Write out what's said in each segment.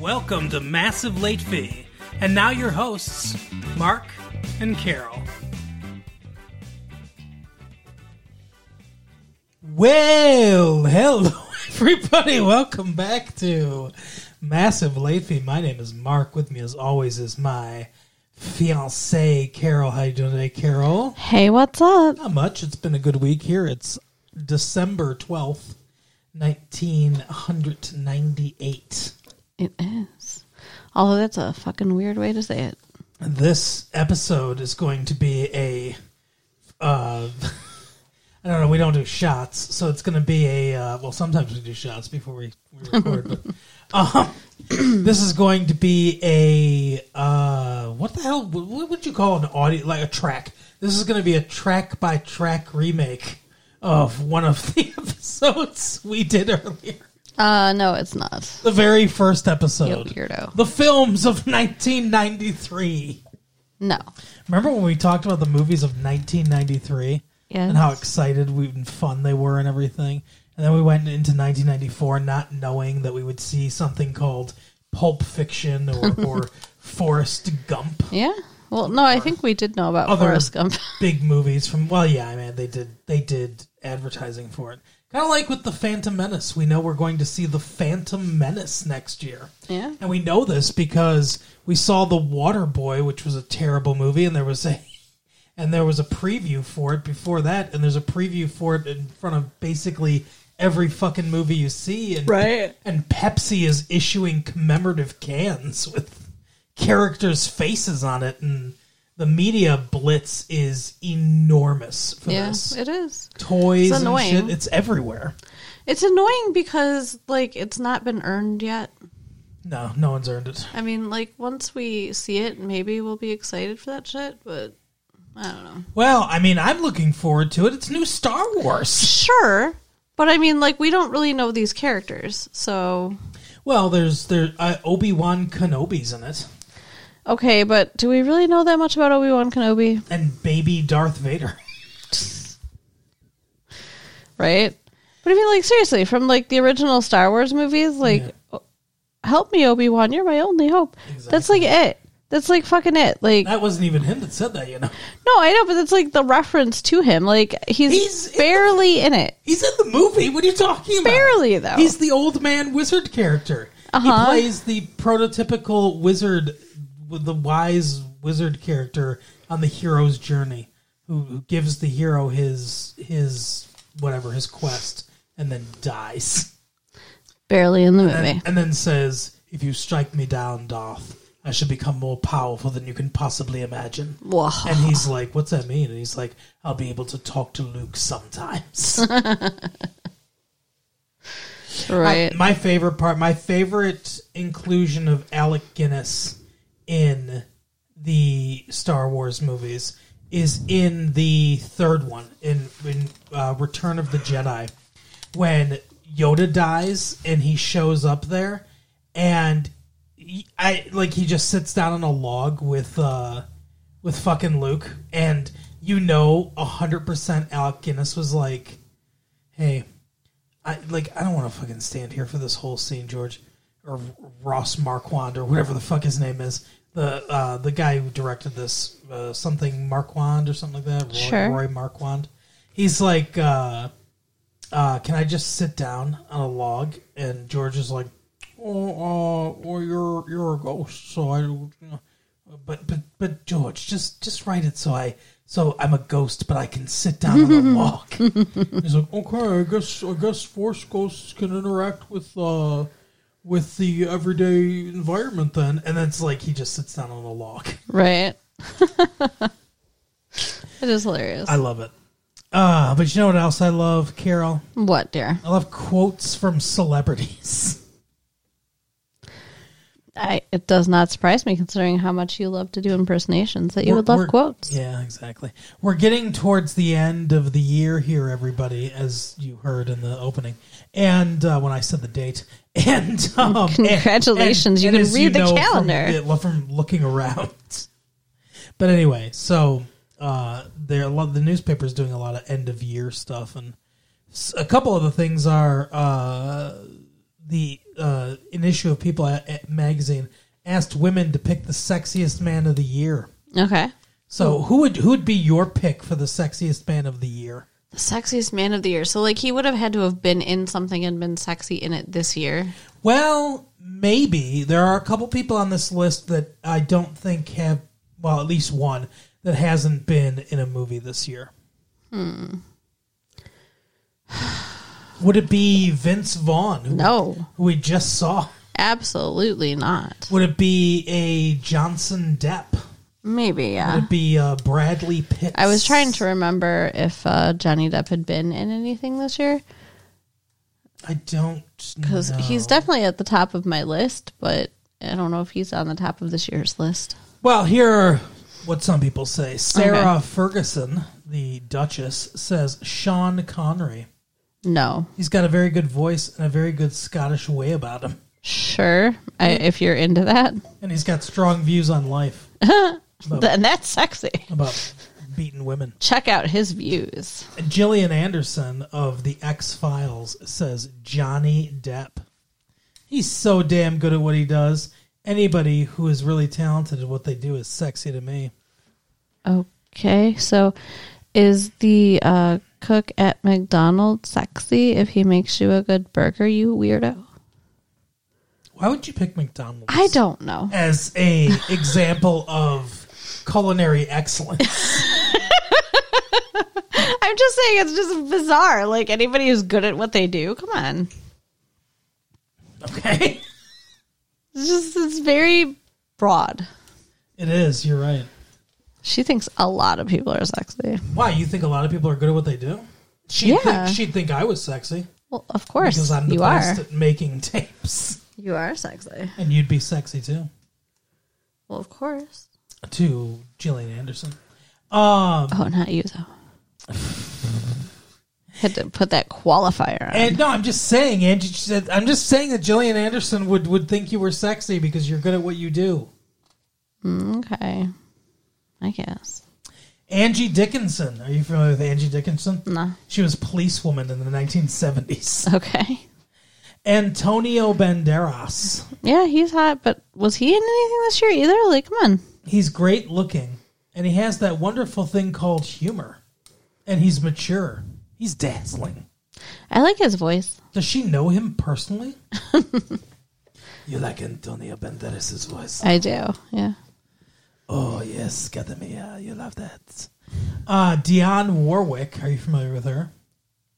Welcome to Massive Late Fee. And now your hosts, Mark and Carol. Well, hello everybody. Welcome back to Massive Late Fee. My name is Mark. With me as always is my fiance Carol. How you doing today, Carol? Hey, what's up? Not much. It's been a good week here. It's December 12th, 1998. It is. Although that's a fucking weird way to say it. This episode is going to be a. Uh, I don't know. We don't do shots, so it's going to be a. Uh, well, sometimes we do shots before we, we record, but um, this is going to be a. Uh, what the hell? wh- What would you call an audio like a track? This is going to be a track by track remake of one of the episodes we did earlier. Uh, no, it's not. The very first You episode. weirdo. The films of 1993. No. Remember when we talked about the movies of 1993 Yes. and how excited we and fun they were and everything? And then we went into 1994 not knowing that we would see something called Pulp Fiction or, or Forrest Gump. Yeah. Well, no, I think we did know about Other- Forrest Gump. Big movies from well, yeah, I mean they did they did advertising for it. Kind of like with the Phantom Menace, we know we're going to see the Phantom Menace next year. Yeah. And we know this because we saw The Water Boy, which was a terrible movie, and there was a and there was a preview for it before that, and there's a preview for it in front of basically every fucking movie you see and Right. and Pepsi is issuing commemorative cans with characters' faces on it and the media blitz is enormous for Yeah, this. it is. Toys it's and shit, annoying. it's everywhere. It's annoying because, like, it's not been earned yet. No, no one's earned it. I mean, like, once we see it, maybe we'll be excited for that shit, but I don't know. Well, I mean, I'm looking forward to it. It's new Star Wars. Sure. But I mean, like, we don't really know these characters, so. Well, there's there uh, Obi Wan Kenobi's in it, Okay, but do we really know that much about Obi Wan Kenobi? and baby Darth Vader. right? But I mean, like seriously, from like the original Star Wars movies, like, o- help me, Obi Wan, you're my only hope. That's like it. That's like fucking it. Like, That wasn't even him that said that, you know. no, I know, but that's like the reference to him. Like, he's, He's in the- barely in it. He's in the movie. What are you talking about? Barely though. He's the old man wizard character. He Oh. Uh-huh. plays the prototypical wizard, with the wise wizard character on the hero's journey, who, who gives the hero his his whatever his quest, and then dies. barely in the movie. and, and then says, "If you strike me down, Darth, I shall become more powerful than you can possibly imagine." Whoa. And he's like, "What's that mean?" And he's like, "I'll be able to talk to Luke sometimes." right. my favorite part, my favorite inclusion of Alec Guinness in the Star Wars movies is in the third one, in, in uh, Return of the Jedi, when Yoda dies and he shows up there, and he- I like he just sits down on a log with uh, with fucking Luke, and you know hundred percent Alec Guinness was like, "Hey, I like I don't want to fucking stand here for this whole scene, George, or Ross Marquand or whatever the fuck his name is. The uh, the guy who directed this uh, something Marquand or something like that. Roy, Sure. Roy Marquand. He's like, uh, uh, can I just sit down on a log? And George is like, oh, uh, well, you're you're a ghost, so I. don't- You know. But but but George, just just write it so I so I'm a ghost, but I can sit down on a log. He's like, okay, I guess I guess force ghosts can interact with uh with the everyday environment then. And then it's like he just sits down on a log. right. it is hilarious. I love it. Uh, but you know what else I love, Carol? what, dear? I love quotes from celebrities. I, it does not surprise me considering how much you love to do impersonations that you We're- would love we're- quotes. Yeah, exactly. We're getting towards the end of the year here, everybody, as you heard in the opening, and uh, when I said the date, and um, and- Congratulations, you can as read the calendar. from, the- from looking around. But anyway, so uh, there, a lot, the newspaper's doing a lot of end of year stuff, and s- a couple of the things are uh, the uh, an issue of People at, at magazine asked women to pick the sexiest man of the year. Okay. So who would who would be your pick for the sexiest man of the year? The sexiest man of the year. So like he would have had to have been in something and been sexy in it this year. Well, maybe there are a couple people on this list that I don't think have well, at least one that hasn't been in a movie this year. Hmm. Would it be Vince Vaughn? Who, No. who we just saw. Absolutely not. Would it be a Johnson Depp? Maybe, Would yeah. it be uh, Bradley Pitt? I was trying to remember if uh, Johnny Depp had been in anything this year I don't because know. he's definitely at the top of my list, but I don't know if he's on the top of this year's list. Well, here are what some people say. Sarah Ferguson, the Duchess, says Sean Connery. No. He's got a very good voice and a very good Scottish way about him. Sure. I, if you're into that, And he's got strong views on life then that's sexy. about beating women. Check out his views. And Gillian Anderson of The X Files says Johnny Depp. He's so damn good at what he does. Anybody who is really talented at what they do is sexy to me. Okay, so is the uh, cook at McDonald's sexy if he makes you a good burger, you weirdo? Why would you pick McDonald's? I don't know. as a example of culinary excellence. I'm just saying it's just bizarre. Like anybody who's good at what they do, come on. Okay, It's just it's very broad. it is. You're right. She thinks a lot of people are sexy. Why you think a lot of people are good at what they do? She would Yeah. think, she'd think I was sexy Well, of course because I'm the you best are. at making tapes, You are sexy. and you'd be sexy too. Well, of course. To Gillian Anderson. Um, Oh, not you though. Had to put that qualifier on. and no, I'm just saying, Angie. she said- I'm just saying that Gillian Anderson would would think you were sexy because you're good at what you do. okay, I guess. Angie Dickinson. Are you familiar with Angie Dickinson? No. She was policewoman in the 1970s. Okay. Antonio Banderas. Yeah, he's hot, but was he in anything this year either? Like, come on. He's great looking, and he has that wonderful thing called humor. And he's mature. He's dazzling. I like his voice. Does she know him personally? you like Antonio Banderas' voice. I do. Yeah. Oh, yes, Katamia. You love that. Uh, Dionne Warwick. Are you familiar with her?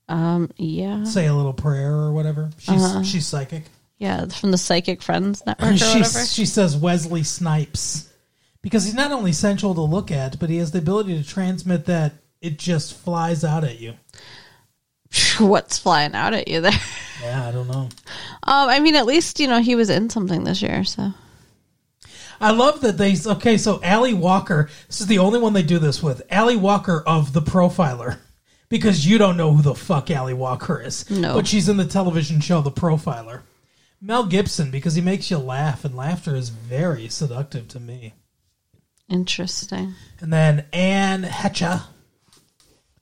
Um, yeah. Say a little prayer or whatever. She's, she's psychic. Yeah, it's from the Psychic Friends Network or she, whatever. she says Wesley Snipes because he's not only sensual to look at, but he has the ability to transmit that it just flies out at you. What's flying out at you there? Yeah, I don't know. Um, I mean, at least, you know, he was in something this year, so. I love that they okay. So Allie Walker, this is the only one they do this with. Allie Walker of the Profiler, because you don't know who the fuck Allie Walker is. No. but she's in the television show The Profiler. Mel Gibson, because he makes you laugh, and laughter is very seductive to me. Interesting. And then Anne Hecha.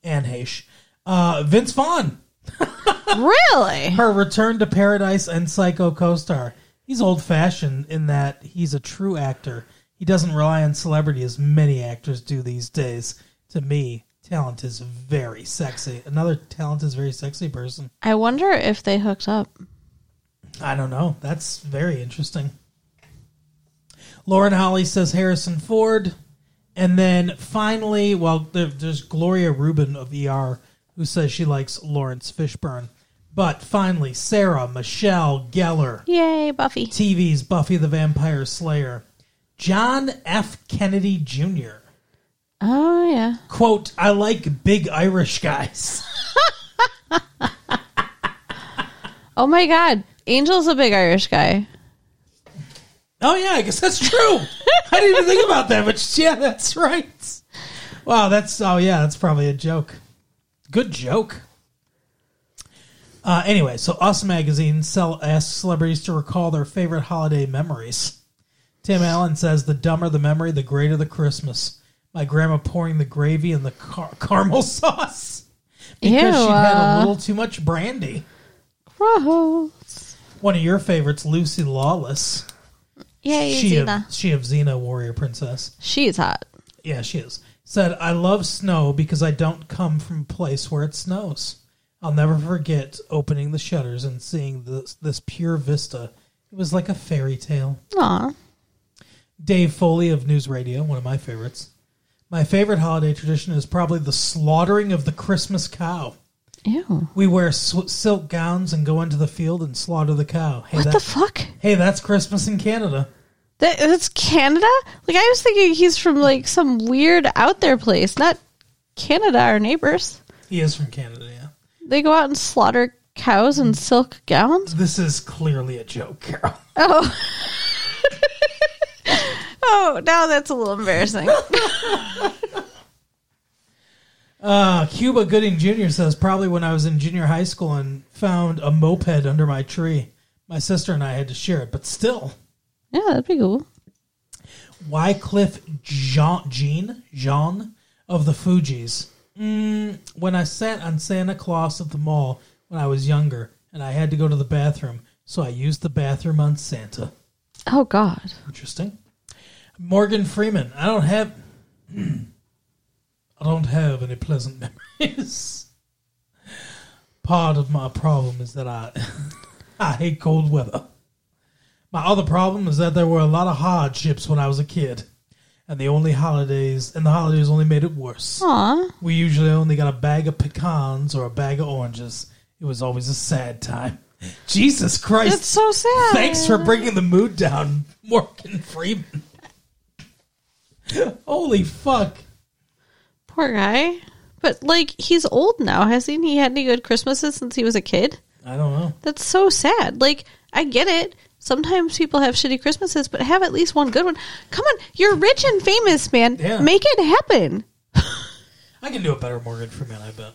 Anne Heche. Uh, Vince Vaughn, really? her return to paradise and psycho co star. He's old fashioned in that he's a true actor. He doesn't rely on celebrity as many actors do these days. To me, talent is very sexy. Another talent is very sexy person. I wonder if they hooked up. I don't know. That's very interesting. Lauren Holly says Harrison Ford. And then finally, well, there, there's Gloria Rubin of ER who says she likes Lawrence Fishburne. But finally, Sarah Michelle Gellar, Yay, Buffy. TV's Buffy the Vampire Slayer, John F. Kennedy Jr. Oh, yeah. Quote, I like big Irish guys. Oh, my God. Angel's a big Irish guy. Oh yeah, I guess that's true. I didn't even think about that, but yeah, that's right. Wow, that's oh yeah, that's probably a joke. Good joke. Uh, anyway, so Us Magazine sell, asks celebrities to recall their favorite holiday memories. Tim Allen says, "The dumber the memory, the greater the Christmas." My grandma pouring the gravy and the car- caramel sauce because Ew, she had a uh, little too much brandy. Gross. One of your favorites, Lucy Lawless. Yeah, she Xena. Of, she of Xena, warrior princess. She's hot. Yeah, she is. Said, I love snow because I don't come from a place where it snows. I'll never forget opening the shutters and seeing this, this pure vista. It was like a fairy tale. Aw. Dave Foley of News Radio, one of my favorites. My favorite holiday tradition is probably the slaughtering of the Christmas cow. Ew. We wear sw- silk gowns and go into the field and slaughter the cow. Hey, What that, the fuck? hey, that's Christmas in Canada. That, that's Canada? Like, I was thinking he's from, like, some weird out there place, not Canada, our neighbors. He is from Canada, yeah. They go out and slaughter cows in silk gowns? This is clearly a joke, Carol. Oh. oh, now that's a little embarrassing. Uh, Cuba Gooding Jr. says probably when I was in junior high school and found a moped under my tree. My sister and I had to share it, but still, yeah, that'd be cool. Wycliffe Jean Jean, Jean of the Fugees. Mm, when I sat on Santa Claus at the mall when I was younger, and I had to go to the bathroom, so I used the bathroom on Santa. Oh, God. Interesting. Morgan Freeman. I don't have. I don't have any pleasant memories. Part of my problem is that I, I hate cold weather. My other problem is that there were a lot of hardships when I was a kid, and the only holidays and the holidays only made it worse. Aw. We usually only got a bag of pecans or a bag of oranges. It was always a sad time. Jesus Christ! That's so sad. Thanks for bringing the mood down, Morgan Freeman. Holy fuck. Poor guy. But like he's old now, hasn't he? He had any good Christmases since he was a kid? I don't know. That's so sad. Like I get it. Sometimes people have shitty Christmases, but have at least one good one. Come on, you're rich and famous, man. Yeah. Make it happen. I can do a better Morgan Freeman, I bet.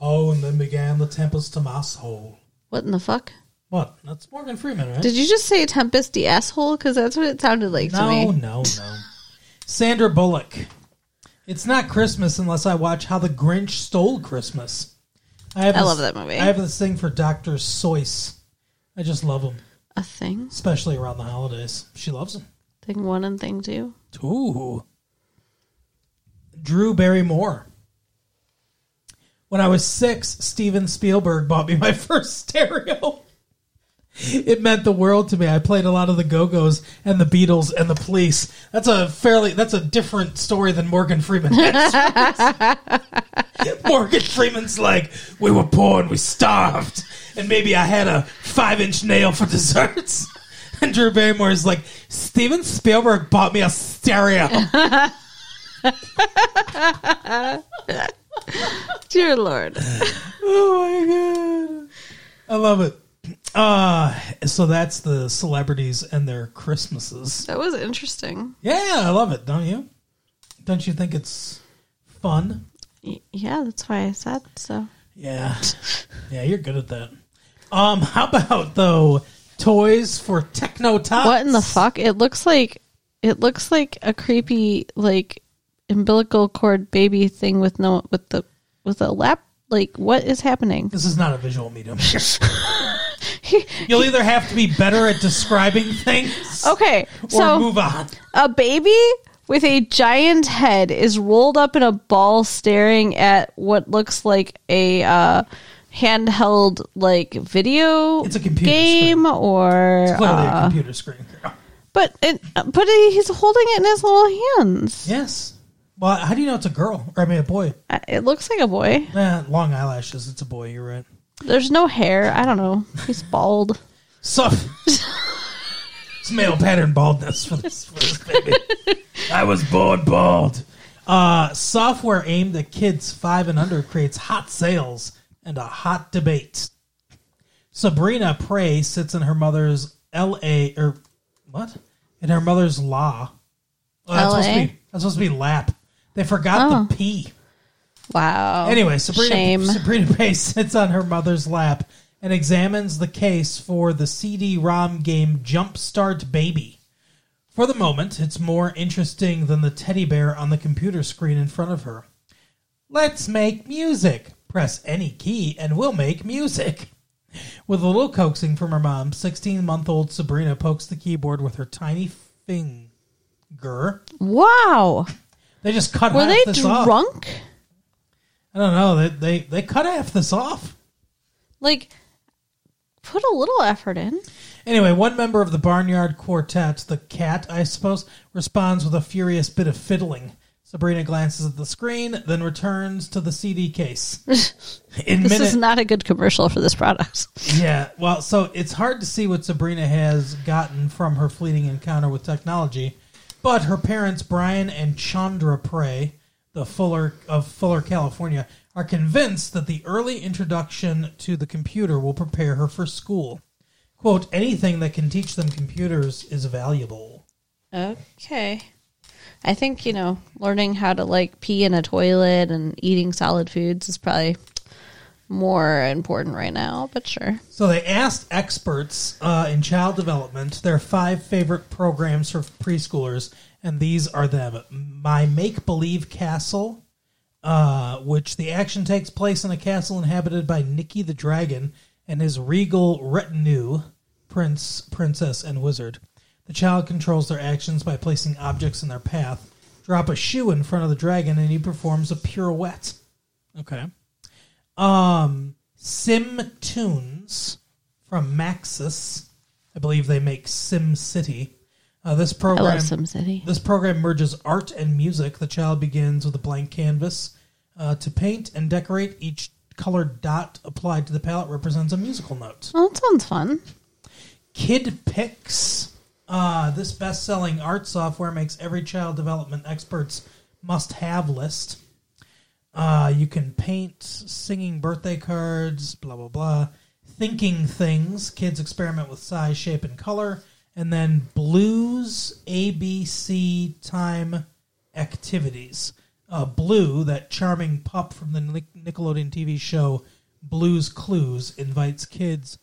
Oh, and then began the tempest to my soul. What in the fuck? What? That's Morgan Freeman, right? Did you just say Tempest the asshole? Because that's what it sounded like to no, me. no, no. Sandra Bullock. It's not Christmas unless I watch How the Grinch Stole Christmas. have I this- love that movie. I have this thing for Dr. Seuss. I just love him, A thing, especially around the holidays. She loves him. thing one and thing two. Ooh. Drew Barrymore. When I was six, Steven Spielberg bought me my first stereo. It meant the world to me. I played a lot of the Go Go's and the Beatles and the Police. That's a fairly that's a different story than Morgan Freeman. Morgan Freeman's like, we were poor and we starved, and maybe I had a five inch nail for desserts. And Drew Barrymore is like, Steven Spielberg bought me a stereo. Dear Lord, oh my god, I love it. Uh, so that's the celebrities and their Christmases. that was interesting. Yeah, I love it. Don't you? Don't you think it's fun? Y- yeah, that's why I said so. Yeah. Yeah, you're good at that. Um, how about though toys for techno tots? what in the fuck? It looks like it looks like a creepy like umbilical cord baby thing with no with the with a lap. Like what is happening? This is not a visual medium. You'll either have to be better at describing things okay, or Oh, so move on. a baby with a giant head is rolled up in a ball, staring at what looks like a uh, handheld like video It's a computer game or Clearly uh, a computer screen. girl. but it, but he's holding it in his little hands. Yes. Well, how do you know it's a girl? Or I mean a boy. Uh, It looks like a boy. Eh, long eyelashes, it's a boy, you're right. There's no hair. I don't know. He's bald. So it's male pattern baldness for this, for this baby. I was born bald. Uh, software aimed at kids five and under creates hot sales and a hot debate. Sabrina Prey sits in her mother's L.A. or what? In her mother's law. Oh, that's, supposed LA? to be, that's supposed to be lap. They forgot the P. Wow. Anyway, Sabrina Oh, Shame. Sabrina Pace sits on her mother's lap and examines the case for the CD-ROM game Jumpstart Baby. For the moment, it's more interesting than the teddy bear on the computer screen in front of her. Let's make music. Press any key and we'll make music. With a little coaxing from her mom, 16 month old Sabrina pokes the keyboard with her tiny finger. Wow. They just cut Were half they this off. drunk? I don't know. They, they, they cut half this off. Like, put a little effort in. Anyway, one member of the Barnyard Quartet, the cat, I suppose, responds with a furious bit of fiddling. Sabrina glances at the screen, then returns to the CD case. In This minutes, is not a good commercial for this product. yeah. Well, so it's hard to see what Sabrina has gotten from her fleeting encounter with technology, but her parents, Brian and Chandra Prey, the Fuller of Fuller, California, are convinced that the early introduction to the computer will prepare her for school. "Quote: Anything that can teach them computers is valuable." Okay. I think, you know, learning how to like pee in a toilet and eating solid foods is probably more important right now, but sure. So they asked experts uh, in child development their five favorite programs for preschoolers, and these are them: My Make Believe Castle, uh, which the action takes place in a castle inhabited by Nicky the Dragon and his regal retinue, prince, princess, and wizard. The child controls their actions by placing objects in their path. Drop a shoe in front of the dragon, and he performs a pirouette. Okay. Um, Sim Tunes from Maxis. I believe they make Sim City. Uh, this I program love SimCity. this program merges art and music. The child begins with a blank canvas uh, to paint and decorate. Each colored dot applied to the palette represents a musical note. Well, that sounds fun. Kid Picks. Uh, this best selling art software makes every child development expert's must have list. Uh, you can paint, singing birthday cards, blah, blah, blah. Thinking things. Kids experiment with size, shape, and color. And then blues, ABC, time, activities. Uh, Blue, that charming pup from the Nic- Nickelodeon TV show Blues Clues, invites kids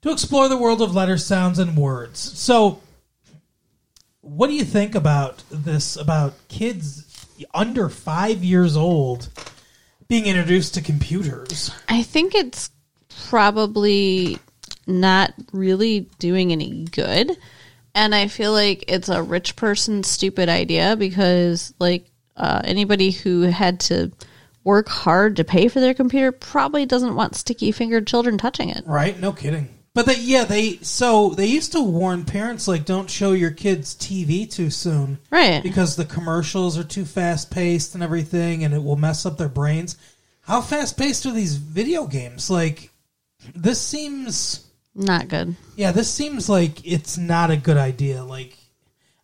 to explore the world of letters, sounds, and words. So, what do you think about this? About kids under five years old being introduced to computers? I think it's probably not really doing any good. And I feel like it's a rich person's stupid idea because, like, uh, anybody who had to work hard to pay for their computer probably doesn't want sticky fingered children touching it. Right? No kidding. But they, yeah, they so they used to warn parents like, don't show your kids TV too soon. Right. because the commercials are too fast paced and everything, and it will mess up their brains. How fast paced are these video games? Like, this seems, Not good. yeah, this seems like it's not a good idea. Like,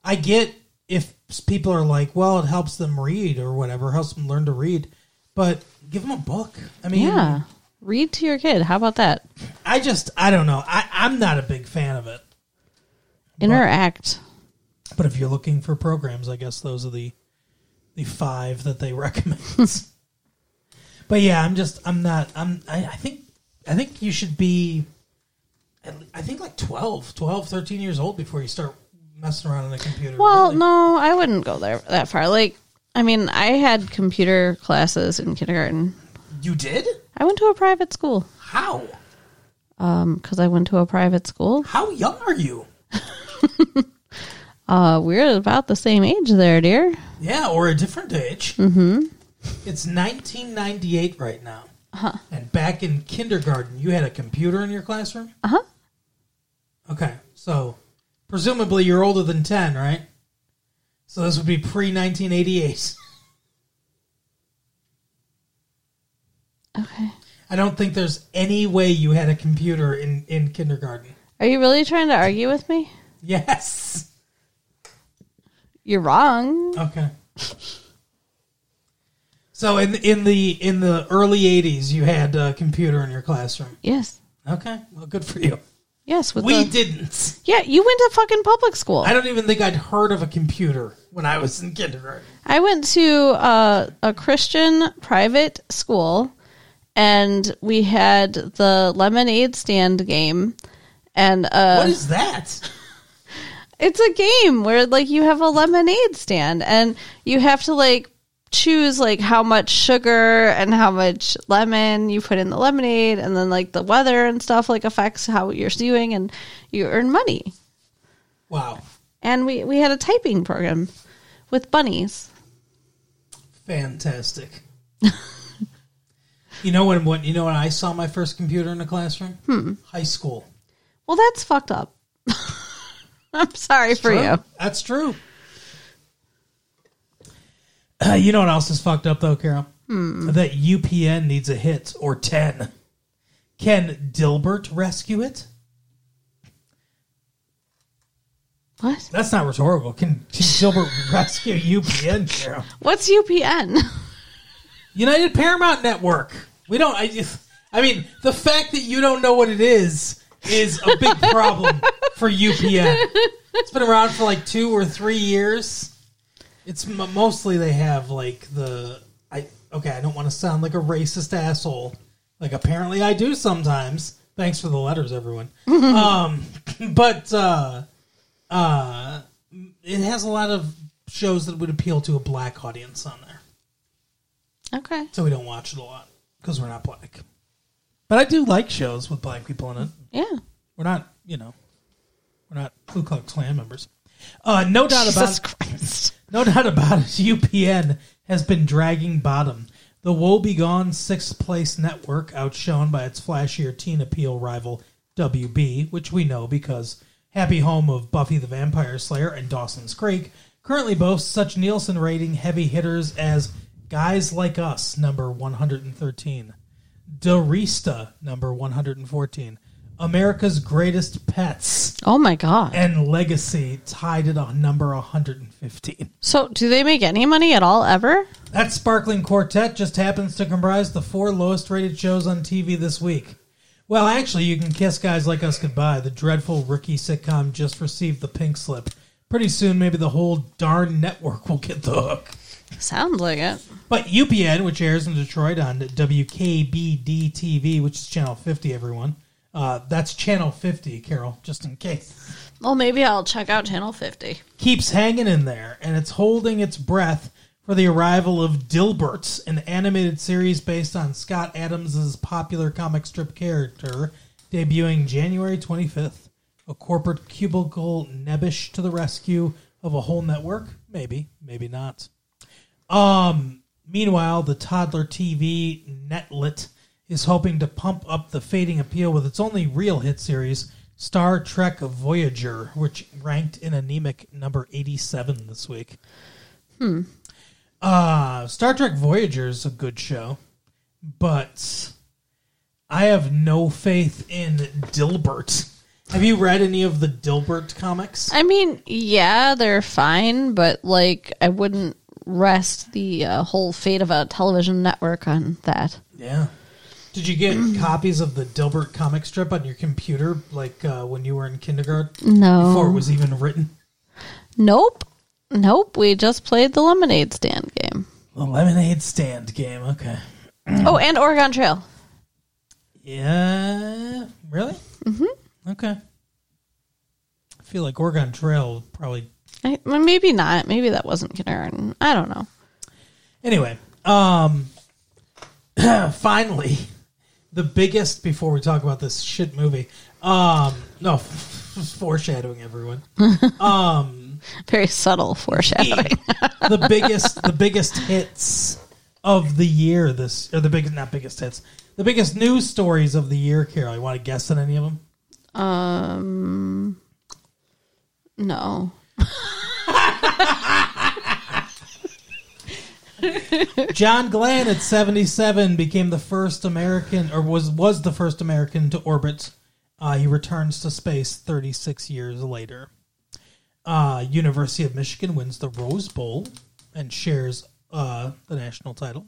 I get if people are like, well, it helps them read or whatever, helps them learn to read, but give them a book. I mean, Yeah. Mm-hmm. Read to your kid. How about that? I just, I don't know. I, I'm not a big fan of it. Interact. But if you're looking for programs, I guess those are the the five that they recommend. but yeah, I'm just I'm not I'm I, I think I think you should be at le- I think like 12, 12, 13 years old before you start messing around on a computer. Well, really. no, I wouldn't go there that far. Like, I mean, I had computer classes in kindergarten. you did? I went to a private school. How? Um, 'cause because I went to a private school. How young are you? Uh, we're about the same age there, dear. Yeah, or a different age. Mm-hmm. It's 1998 right now. Uh-huh. And back in kindergarten, you had a computer in your classroom? Uh huh. Okay, so presumably you're older than 10, right? So this would be pre 1988. Okay. I don't think there's any way you had a computer in, in kindergarten. Are you really trying to argue with me? Yes. You're wrong. Okay. So in in the in the early 80s, you had a computer in your classroom. Yes. Okay, well, good for you. Yes. With we the- didn't. yeah, you went to fucking public school. I don't even think I'd heard of a computer when I was in kindergarten. I went to uh, a Christian private school, and we had the lemonade stand game, and uh, what is that? it's a game where like you have a lemonade stand and you have to like choose like how much sugar and how much lemon you put in the lemonade and then like the weather and stuff like affects how you're doing and you earn money Wow. and we we had a typing program with bunnies Fantastic. you know when what you know when I saw my first computer in the classroom? Hmm. High school. well that's fucked up i'm sorry for True. you That's true. Uh, you know what else is fucked up though, Carol? Hmm. That UPN needs a hit or ten. Can Dilbert rescue it? what That's not rhetorical. Can, can Dilbert rescue UPN, Carol? what's upn United Paramount Network. We don't. I just. I mean, the fact that you don't know what it is is a big problem for UPN. It's been around for like two or three years. It's m- mostly they have like the. I okay. I don't want to sound like a racist asshole. Like apparently I do sometimes. Thanks for the letters, everyone. um, but uh, uh, it has a lot of shows that would appeal to a black audience on there okay so we don't watch it a lot because we're not black. But I do like shows with black people in it. yeah We're not, you know, we're not Ku Klux Klan members. Uh, no doubt jesus about christ no doubt about it. UPN has been dragging bottom. The woebegone sixth place network, outshone by its flashier teen appeal rival WB, which we know because happy home of Buffy the Vampire Slayer and Dawson's Creek, currently boasts such Nielsen rating heavy hitters as Guys Like Us, number 113, Darista, number 114, America's Greatest Pets, oh my god and Legacy, tied at a number 115. so do they make any money at all ever That sparkling quartet just happens to comprise the four lowest rated shows on TV this week. Well, actually, you can kiss guys like us goodbye. The dreadful rookie sitcom just received the pink slip. Pretty soon, maybe the whole darn network will get the hook. sounds like it But UPN, which airs in Detroit on WKBD TV, which is Channel 50, everyone. Uh, that's Channel 50, Carol, just in case. well maybe i'll check out channel 50 keeps hanging in there and it's holding its breath for the arrival of Dilberts, an animated series based on Scott Adams' popular comic strip character, debuting January 25th. A corporate cubicle nebbish to the rescue of a whole network? Maybe, maybe not. Um, meanwhile, the toddler TV netlet is hoping to pump up the fading appeal with its only real hit series, Star Trek Voyager, which ranked in anemic number 87 this week. Hmm. Uh, Star Trek Voyager is a good show, but I have no faith in Dilbert. Have you read any of the Dilbert comics? I mean, yeah, they're fine, but like, I wouldn't rest the uh, whole fate of a television network on that. Yeah. Did you get copies of the Dilbert comic strip on your computer, like uh, when you were in kindergarten, No. before it was even written? Nope. Nope. We just played the lemonade stand game. The lemonade stand game. Okay. Oh, and Oregon Trail. Yeah. Really? Mm-hmm. Okay. I feel like Oregon Trail probably. I, well, maybe not. Maybe that wasn't kindergarten. I don't know. Anyway, um, finally, the biggest before we talk about this shit movie. Um, no, foreshadowing everyone. Very subtle foreshadowing. the biggest the biggest hits of the year this or the biggest not biggest hits the biggest news stories of the year carol you want to guess on any of them um, no. john glenn at 77 became the first american or was was the first american to orbit uh, he returns to space 36 years later uh, university of michigan wins the rose bowl and shares uh, the national title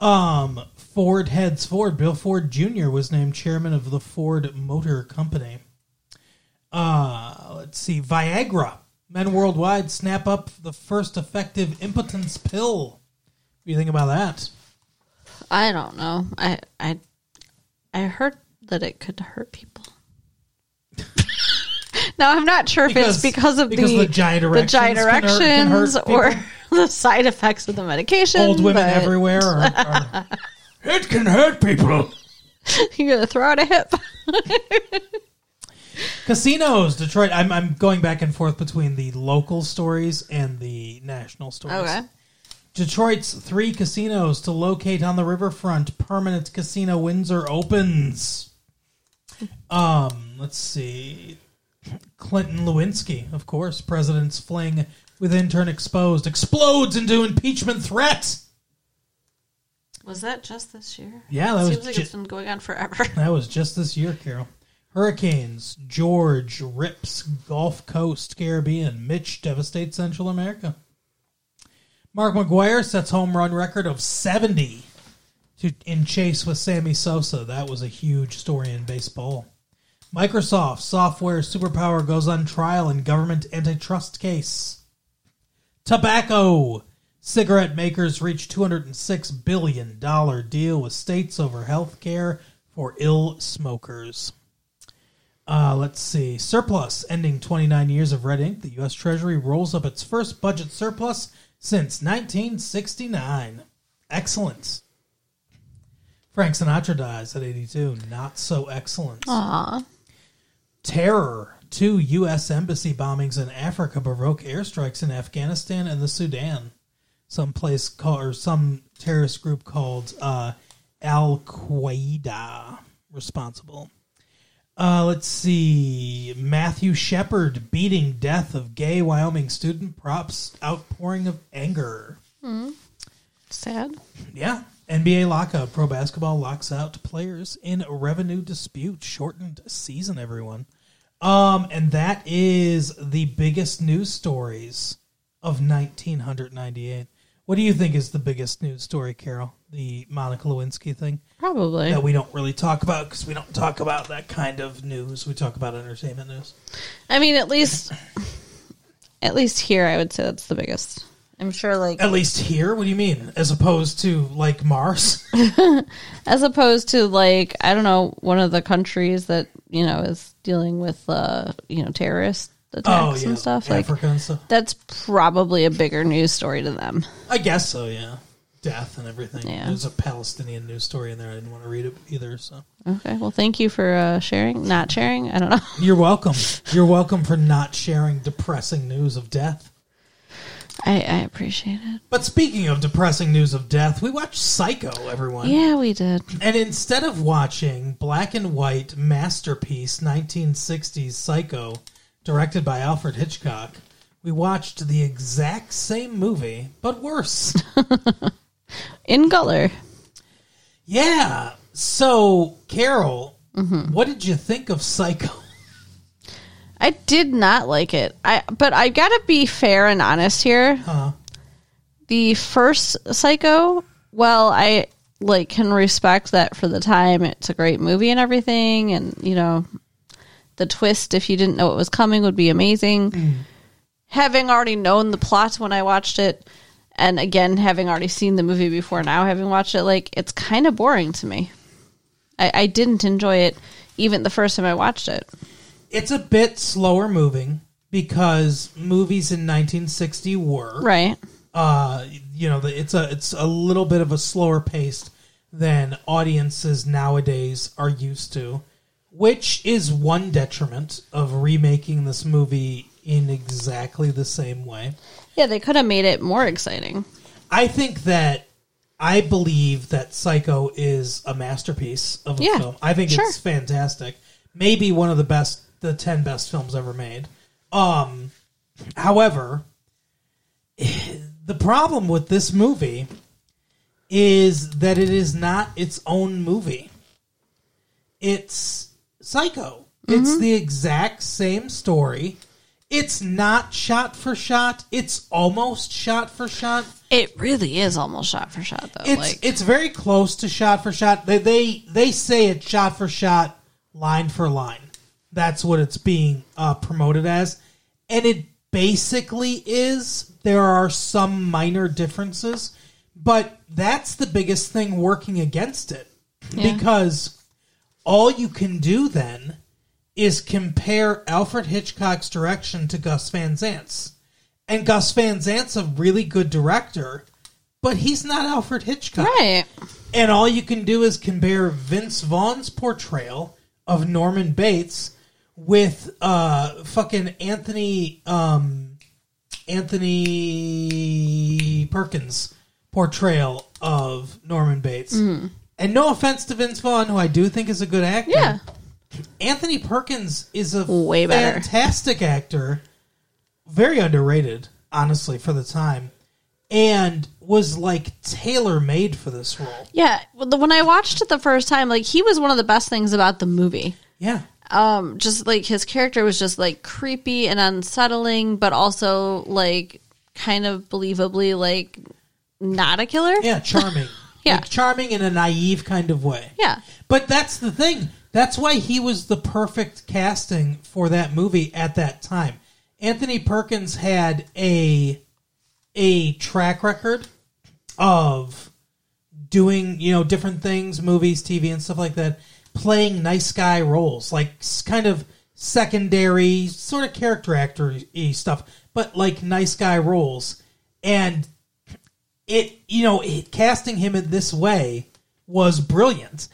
Um, Ford heads forward. Bill Ford Jr. was named chairman of the Ford Motor Company. Uh, let's see. Viagra. Men worldwide snap up the first effective impotence pill. What do you think about that? I don't know. I I I heard that it could hurt people. now I'm not sure if Because- it's because of because the, the giant the giant erections can hurt- can hurt erections or people. the side effects of the medication. Old women Mm, but everywhere are, are it can hurt people. You're gonna throw out a hip. Casinos, Detroit. I'm, I'm going back and forth between the local stories and the national stories. Detroit's three casinos to locate on the riverfront. Permanent Casino Windsor opens. Um, let's see. Clinton Lewinsky, of course, president's fling with intern exposed, explodes into impeachment threat. Was that just this year? Yeah, that was Seems like ju- it's been going on forever. That was just this year, Carol. Hurricanes, George rips Gulf Coast Caribbean, Mitch devastates Central America. Mark McGuire sets home run record of 70 to, in chase with Sammy Sosa. That was a huge story in baseball. Microsoft software superpower goes on trial in government antitrust case. Tobacco cigarette makers reach $206 billion deal with states over health care for ill smokers. Uh, let's see. Surplus ending 29 years of red ink. The U.S. Treasury rolls up its first budget surplus since 1969. Excellence. Frank Sinatra dies at 82. Not so excellent. Aw. Terror. Two U.S. embassy bombings in Africa provoke airstrikes in Afghanistan and the Sudan. Some place called, or some terrorist group called uh, Al Qaeda responsible. Uh, let's see. Matthew Shepard beating death of gay Wyoming student props outpouring of anger. Sad. Yeah. NBA lockup. Pro basketball locks out players in revenue dispute. Shortened season, everyone. Um, and that is the biggest news stories of 1998. What do you think is the biggest news story, Carol? The Monica Lewinsky thing Probably. that we don't really talk about because we don't talk about that kind of news. We talk about entertainment news. I mean, at least, at least here, I would say that's the biggest. I'm sure, like At least here. What do you mean? As opposed to like Mars? as opposed to like I don't know one of the countries that you know is dealing with uh you know terrorist attacks and stuff like Oh, Africa and stuff. that's probably a bigger news story to them. I guess so, yeah. Death and everything. Yeah. There's a Palestinian news story in there. I didn't want to read it either. So Okay, well, thank you for uh, sharing, not sharing. I don't know. you're welcome. You're welcome for not sharing depressing news of death. I, I appreciate it. But speaking of depressing news of death, we watched Psycho, everyone. Yeah, we did. And instead of watching black and white masterpiece 1960s Psycho, directed by Alfred Hitchcock, we watched the exact same movie, but worse. In color. Yeah. So, Carol, Mm-hmm. what did you think of Psycho? I did not like it. I but I gotta be fair and honest here. Uh, the first Psycho, well, I like can respect that for the time. It's a great movie and everything, and you know, the twist if you didn't know it was coming would be amazing. Having already known the plot when I watched it, and again having already seen the movie before now, having watched it, like it's kind of boring to me. I, I didn't enjoy it even the first time I watched it. it's a bit slower moving because movies in 1960 were Right. uh you know the- it's a it's a little bit of a slower pace than audiences nowadays are used to which is one detriment of remaking this movie in exactly the same way Yeah, they could have made it more exciting. I think that I believe that Psycho is a masterpiece of a Yeah, film. I think sure. it's fantastic. Maybe one of the best, the ten best films ever made. Um, however, the problem with this movie is that it is not its own movie. It's Psycho. Mm-hmm. It's the exact same story. It's not shot for shot. It's almost shot for shot. It really is almost shot for shot though. It's like it's very close to shot for shot. They they they say it's shot for shot, line for line. That's what it's being uh, promoted as, and it basically is. There are some minor differences, but that's the biggest thing working against it Yeah. because all you can do then is compare Alfred Hitchcock's direction to Gus Van Zant's And Gus Van Zant's a really good director, but he's not Alfred Hitchcock. Right. And all you can do is compare Vince Vaughn's portrayal of Norman Bates with uh fucking Anthony um Anthony Perkins portrayal of Norman Bates. Mm-hmm. And no offense to Vince Vaughn, who I do think is a good actor. Yeah. Anthony Perkins is a Way better. fantastic actor, very underrated, honestly, for the time, and was like tailor made for this role. Yeah. Well, the- When I watched it the first time, like he was one of the best things about the movie. Yeah. Um, just like his character was just like creepy and unsettling, but also like kind of believably like not a killer. Yeah, charming. Yeah. Like, charming in a naive kind of way. Yeah. But that's the thing. That's why he was the perfect casting for that movie at that time. Anthony Perkins had a a track record of doing, you know, different things, movies, TV and stuff like that, playing nice guy roles, like s- kind of secondary sort of character actor stuff, but like nice guy roles. And it, you know, it, casting him in this way was brilliant.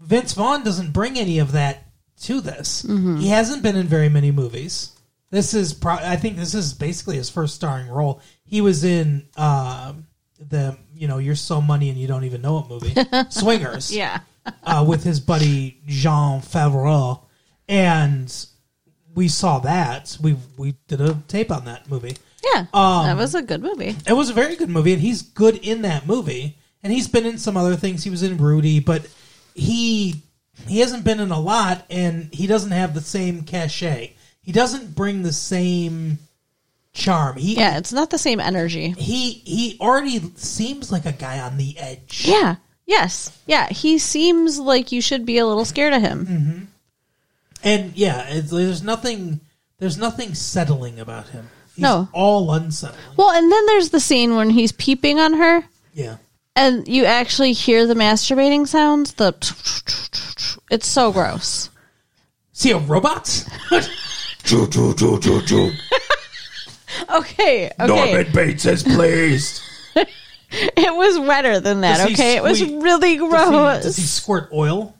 Vince Vaughn doesn't bring any of that to this. He hasn't been in very many movies. This is, pro- I think, this is basically his first starring role. He was in um the, you know, you're so money and you don't even know it movie, Swingers, Yeah. uh, with his buddy Jean Favreau, and we saw that. We we did a tape on that movie. Yeah. Um, that was a good movie. It was a very good movie, and he's good in that movie. And he's been in some other things. He was in Rudy, but he he hasn't been in a lot, and he doesn't have the same cachet. He doesn't bring the same charm. He Yeah. It's not the same energy. he he already seems like a guy on the edge. Yeah. Yes. Yeah. He seems like you should be a little scared of him. And yeah, it's, there's nothing there's nothing settling about him. He's No. all unsettling. Well, and then there's the scene when he's peeping on her, Yeah. and you actually hear the masturbating sounds. The it's so gross. See a robot? Choo choo choo choo choo. Okay, okay. Norman Bates is pleased. It was wetter than that. Does he Okay, it was squeak? really Does he, gross. does he squirt oil?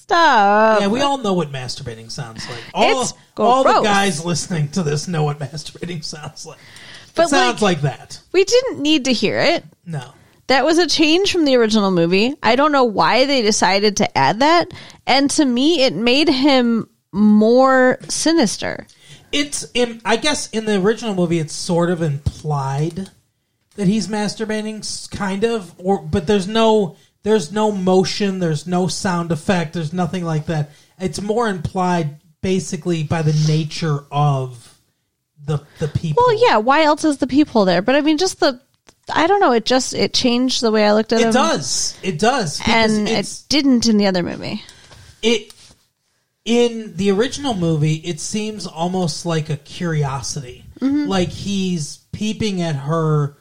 Stop. Yeah, we all know what masturbating sounds like. All, It's all the gross. guys listening to this know what masturbating sounds like. But, it sounds like, that. We didn't need to hear it. No. That was a change from the original movie. I don't know why they decided to add that. And to me, it made him more sinister. It's in, I guess in the original movie it's sort of implied that he's masturbating s- kind of or but there's no there's no motion, there's no sound effect, there's nothing like that. It's more implied basically by the nature of the the people. Well, yeah. Why else is the peephole there? But I mean, just the. I don't know. It just it changed the way I looked at him. It does. It does. because um, and it's- it didn't in the other movie. it in the original movie it seems almost like a curiosity like he's peeping at her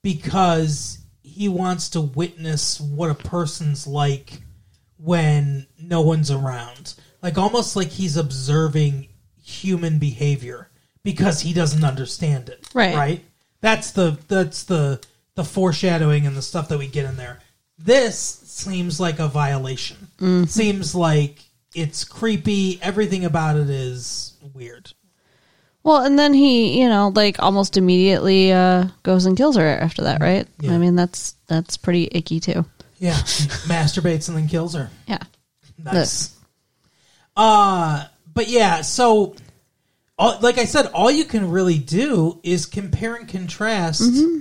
because he wants to witness what a person's like when no one's around like almost like he's observing human behavior because he doesn't understand it Right. right that's the that's the the foreshadowing and the stuff that we get in there this seems like a violation seems like it's creepy everything about it is weird Well, and then he, you know, like almost immediately uh, goes and kills her after that, right? Yeah. I mean, that's that's pretty icky too. yeah masturbates and then kills her Yeah. Nice. Uh but yeah, so all, like I said, all you can really do is compare and contrast Mm-hmm.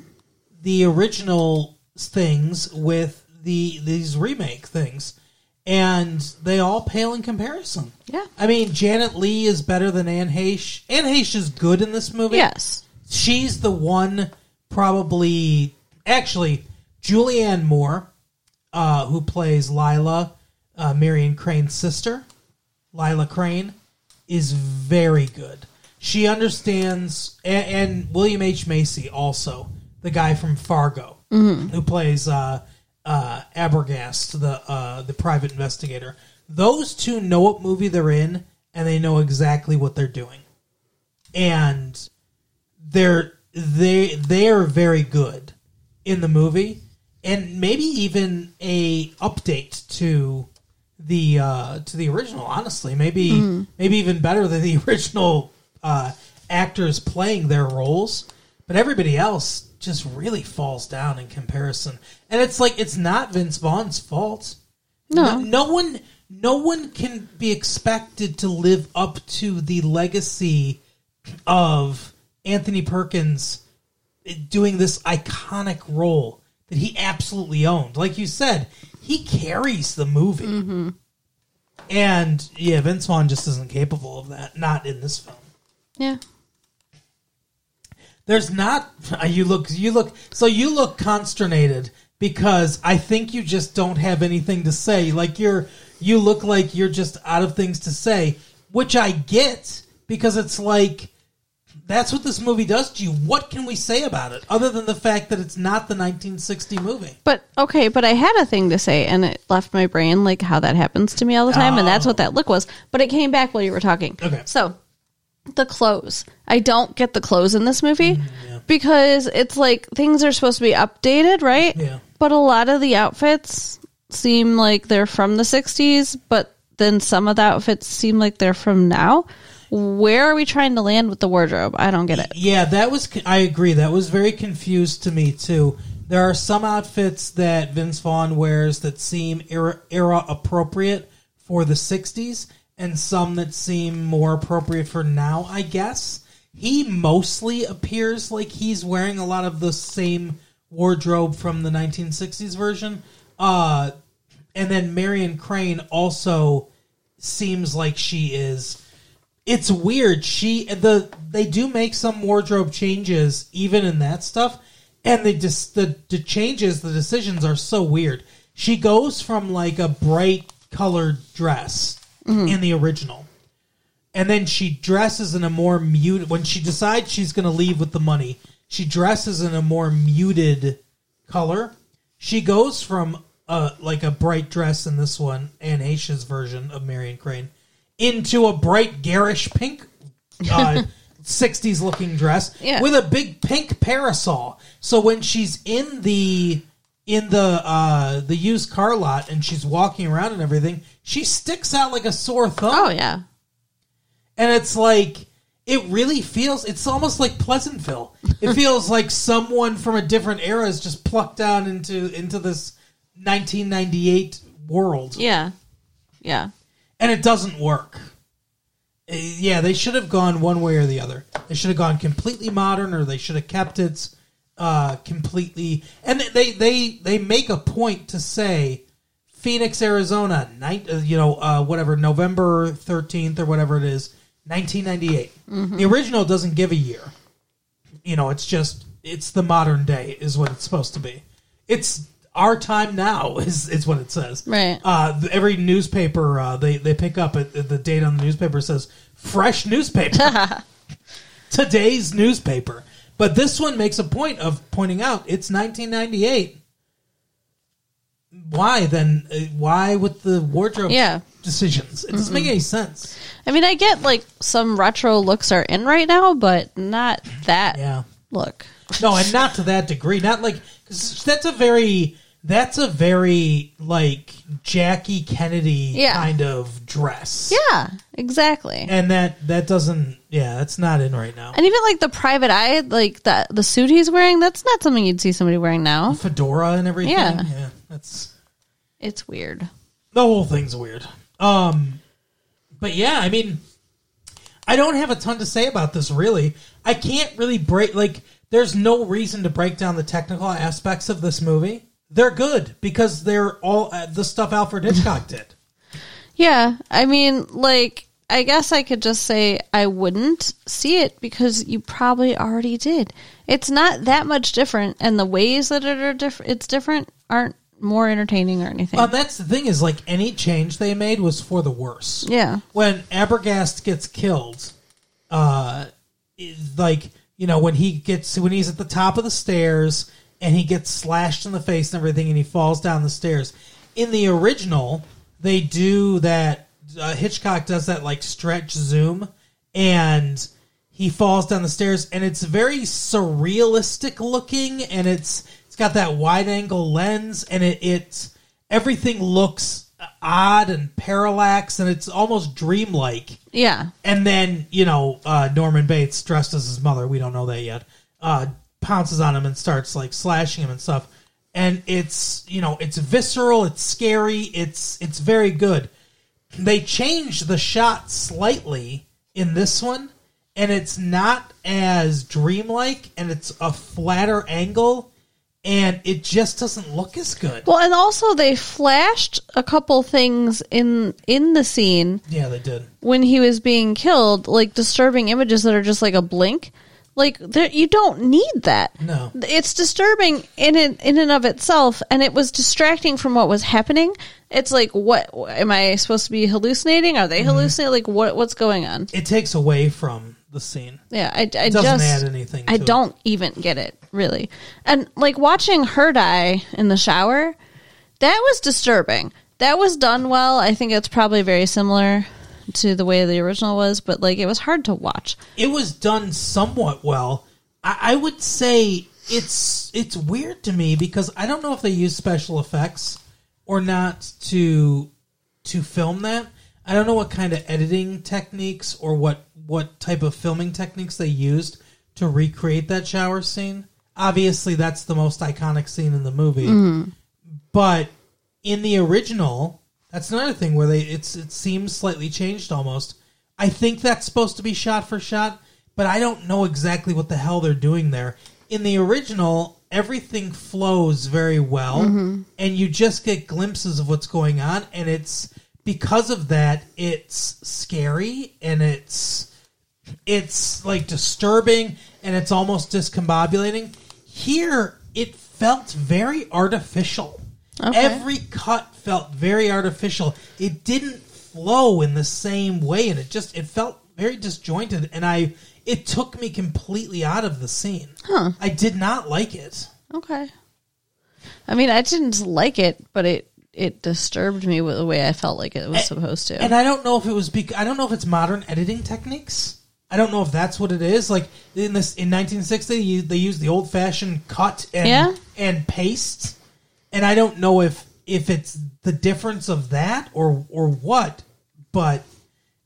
the original things with the these remake things, and they all pale in comparison. Yeah. I mean Janet Lee is better than Anne Heche. Anne Heche is good in this movie Yes. she's the one probably actually Julianne Moore, uh, who plays Lila, uh, Marion Crane's sister. Lila Crane is very good. She understands, and, and William H Macy also the guy from Fargo who plays uh, uh, Abergast, the uh, the private investigator. Those two know what movie they're in, and they know exactly what they're doing. And they're they they are very good in the movie, and maybe even a update to the uh, to the original. Honestly, maybe maybe even better than the original uh, actors playing their roles. But everybody else just really falls down in comparison, and it's like it's not Vince Vaughn's fault. No, no one, no one can be expected to live up to the legacy of Anthony Perkins doing this iconic role that he absolutely owned. Like you said, he carries the movie, and yeah, Vince Vaughn just isn't capable of that. Not in this film. Yeah. There's not. uh, You look. You look. So you look consternated because I think you just don't have anything to say. Like you're. You look like you're just out of things to say, which I get because it's like that's what this movie does to you. What can we say about it other than the fact that it's not the 1960 movie? But okay, but I had a thing to say and it left my brain like how that happens to me all the time and that's what that look was. But it came back while you were talking. Okay. So the clothes. I don't get the clothes in this movie Mm, because it's like things are supposed to be updated, right? Yeah. But a lot of the outfits seem like they're from the 60s, but then some of the outfits seem like they're from now. Where are we trying to land with the wardrobe? I don't get it. Yeah, that was. I agree. That was very confused to me too. There are some outfits that Vince Vaughn wears that seem era, era appropriate for the '60s, and some that seem more appropriate for now. I guess he mostly appears like he's wearing a lot of the same wardrobe from the 1960s version. Uh, and then Marion Crane also seems like she is it's weird. She the they do make some wardrobe changes even in that stuff, and they just the, the changes the decisions are so weird. She goes from like a bright colored dress in the original, and then she dresses in a more muted. When she decides she's going to leave with the money, she dresses in a more muted color. She goes from a like a bright dress in this one, Anne Heche's version of Marion Crane, into a bright garish pink uh, 60s looking dress Yeah. with a big pink parasol. So when she's in the in the uh, the used car lot and she's walking around and everything, she sticks out like a sore thumb. Oh yeah. And it's like it really feels it's almost like Pleasantville. It feels like someone from a different era is just plucked down into into this 1998 world Yeah. Yeah. and it doesn't work. Uh, Yeah, they should have gone one way or the other. They should have gone completely modern, or they should have kept it uh, completely. And they, they they make a point to say Phoenix, Arizona, nine, uh, you know, uh, whatever November thirteenth or whatever it is, nineteen The original doesn't give a year. You know, it's just it's the modern day is what it's supposed to be. It's our time now is is what it says. Right. Uh, th- every newspaper uh, they they pick up it, the date on the newspaper says fresh newspaper. Today's newspaper. But this one makes a point of pointing out it's 1998. Why then? uh, Why with the wardrobe Yeah. decisions? It doesn't make any sense. I mean, I get like some retro looks are in right now, but not that Yeah. look. No, and not to that degree. Not like 'cause that's a very that's a very like Jackie Kennedy Yeah. kind of dress. Yeah, exactly. And, and that that doesn't. Yeah, that's not in right now. even like the private eye, like the the suit he's wearing, that's not something you'd see somebody wearing now. Fedora and everything. Yeah. yeah, that's It's weird. the whole thing's weird. Um, but yeah, I mean, I don't have a ton to say about this really. I can't really break like there's no reason to break down the technical aspects of this movie. They're good because they're all uh, the stuff Alfred Hitchcock did. Yeah, I mean, like I guess I could just say I wouldn't see it because you probably already did. It's not that much different, and the ways that it are different, it's different, aren't more entertaining or anything. Well, Uh, that's the thing is like any change they made was for the worse. yeah, when Abergast gets killed, uh, is like you know when he gets when he's at the top of the stairs and he gets slashed in the face and everything, and he falls down the stairs. In the original, they do that. Uh, Hitchcock does that like stretch zoom, and he falls down the stairs, and it's very surrealistic looking, and it's it's got that wide angle lens, and it it's everything looks odd and parallax, and it's almost dreamlike. Yeah. And then, you know, uh, Norman Bates, dressed as his mother, we don't know that yet, uh, pounces on him and starts like slashing him and stuff. And it's you know, it's visceral, it's scary, it's it's very good. They changed the shot slightly in this one, and it's not as dreamlike and it's a flatter angle and it just doesn't look as good. Well, and also they flashed a couple things in in the scene Yeah, they did. when he was being killed, like disturbing images that are just like a blink. Like there, you don't need that. No. it's disturbing in and, in and of itself, and it was distracting from what was happening. It's like, what am I supposed to be hallucinating? Are they hallucinating? Like, what what's going on? It takes away from the scene. Yeah, I, I doesn't just add anything I to it. don't even get it really, and like watching Herd Eye in the shower, that was disturbing. That was done well. I think it's probably very similar to the way the original was, but like it was hard to watch. it was done somewhat well. I, I would say it's it's weird to me because I don't know if they use special effects or not to to film that. I don't know what kind of editing techniques or what what type of filming techniques they used to recreate that shower scene. Obviously, that's the most iconic scene in the movie. But in the original, that's another thing where they it's it seems slightly changed almost. I think that's supposed to be shot for shot, but I don't know exactly what the hell they're doing there. In the original, everything flows very well and you just get glimpses of what's going on and it's because of that it's scary and it's it's like disturbing and it's almost discombobulating. Here, it felt very artificial. Every cut felt very artificial. It didn't flow in the same way, and it just it felt very disjointed. And I, it took me completely out of the scene. I did not like it. Okay, I mean, I didn't like it, but it it disturbed me with the way I felt like it was supposed to. And I don't know if it was bec- I don't know if it's modern editing techniques. I don't know if that's what it is. Like in this in 1960, you- they used the old fashioned cut and Yeah. and paste, and I don't know if if it's the difference of that or or what, but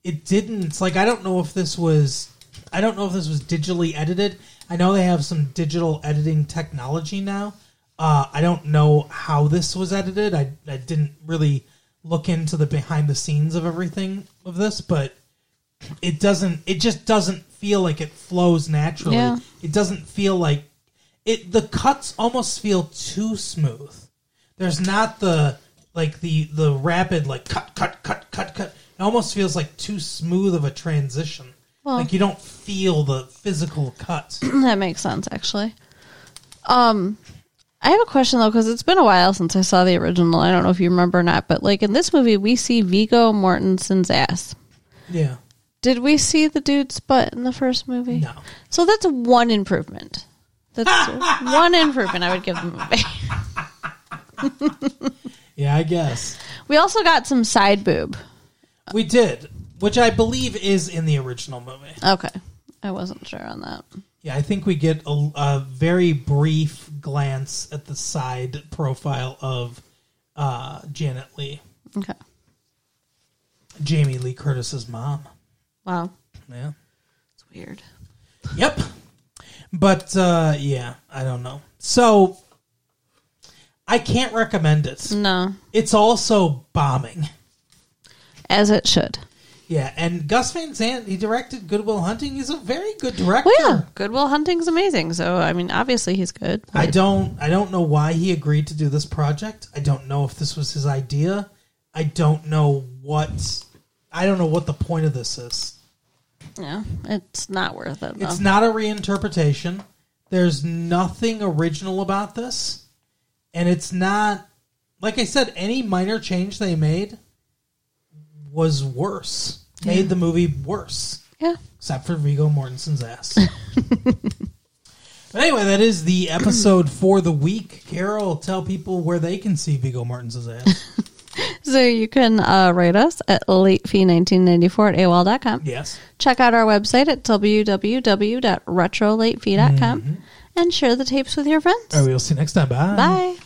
it didn't. It's like I don't know if this was I don't know if this was digitally edited. I know they have some digital editing technology now. Uh, I don't know how this was edited. I I didn't really look into the behind the scenes of everything of this, but it doesn't it just doesn't feel like it flows naturally Yeah. it doesn't feel like it the cuts almost feel too smooth there's not the like the the rapid like cut cut cut cut cut it almost feels like too smooth of a transition Well- like you don't feel the physical cuts that makes sense actually. Um, I have a question though because it's been a while since I saw the original. I don't know if you remember or not, but like in this movie, we see Vigo Mortensen's ass. yeah Did we see the dude's butt in the first movie? No. So that's one improvement. That's one improvement I would give the movie. yeah i guess We also got some side boob. we did which i believe is in the original movie Okay, I wasn't sure on that. Yeah, I think we get a, a very brief glance at the side profile of uh, Janet Lee, Okay. Jamie Lee Curtis's mom. Wow, Yeah. it's weird. Yep. But uh, yeah, I don't know. So I can't recommend it. No, It's also bombing. as it should. Yeah, and Gus Van Sant, he directed Goodwill Hunting. He's a very good director. Well, yeah, Goodwill Hunting's amazing. So I mean, obviously he's good. I don't I don't know why he agreed to do this project. I don't know if this was his idea. I don't know what I don't know what the point of this is. Yeah, it's not worth it. Though. It's not a reinterpretation. There's nothing original about this. And it's not like I said any minor change they made was worse. Made the movie worse. yeah. except for Vigo Mortensen's ass. but anyway, that is the episode for the week. Carol, tell people where they can see Vigo Mortensen's ass. Is So you can uh, write us at latefee1994 at AOL.com. Yes. Check out our website at Mm-hmm. www.retrolatefee.com and share the tapes with your friends. Oh, All right, we'll see you next time. Bye. Bye.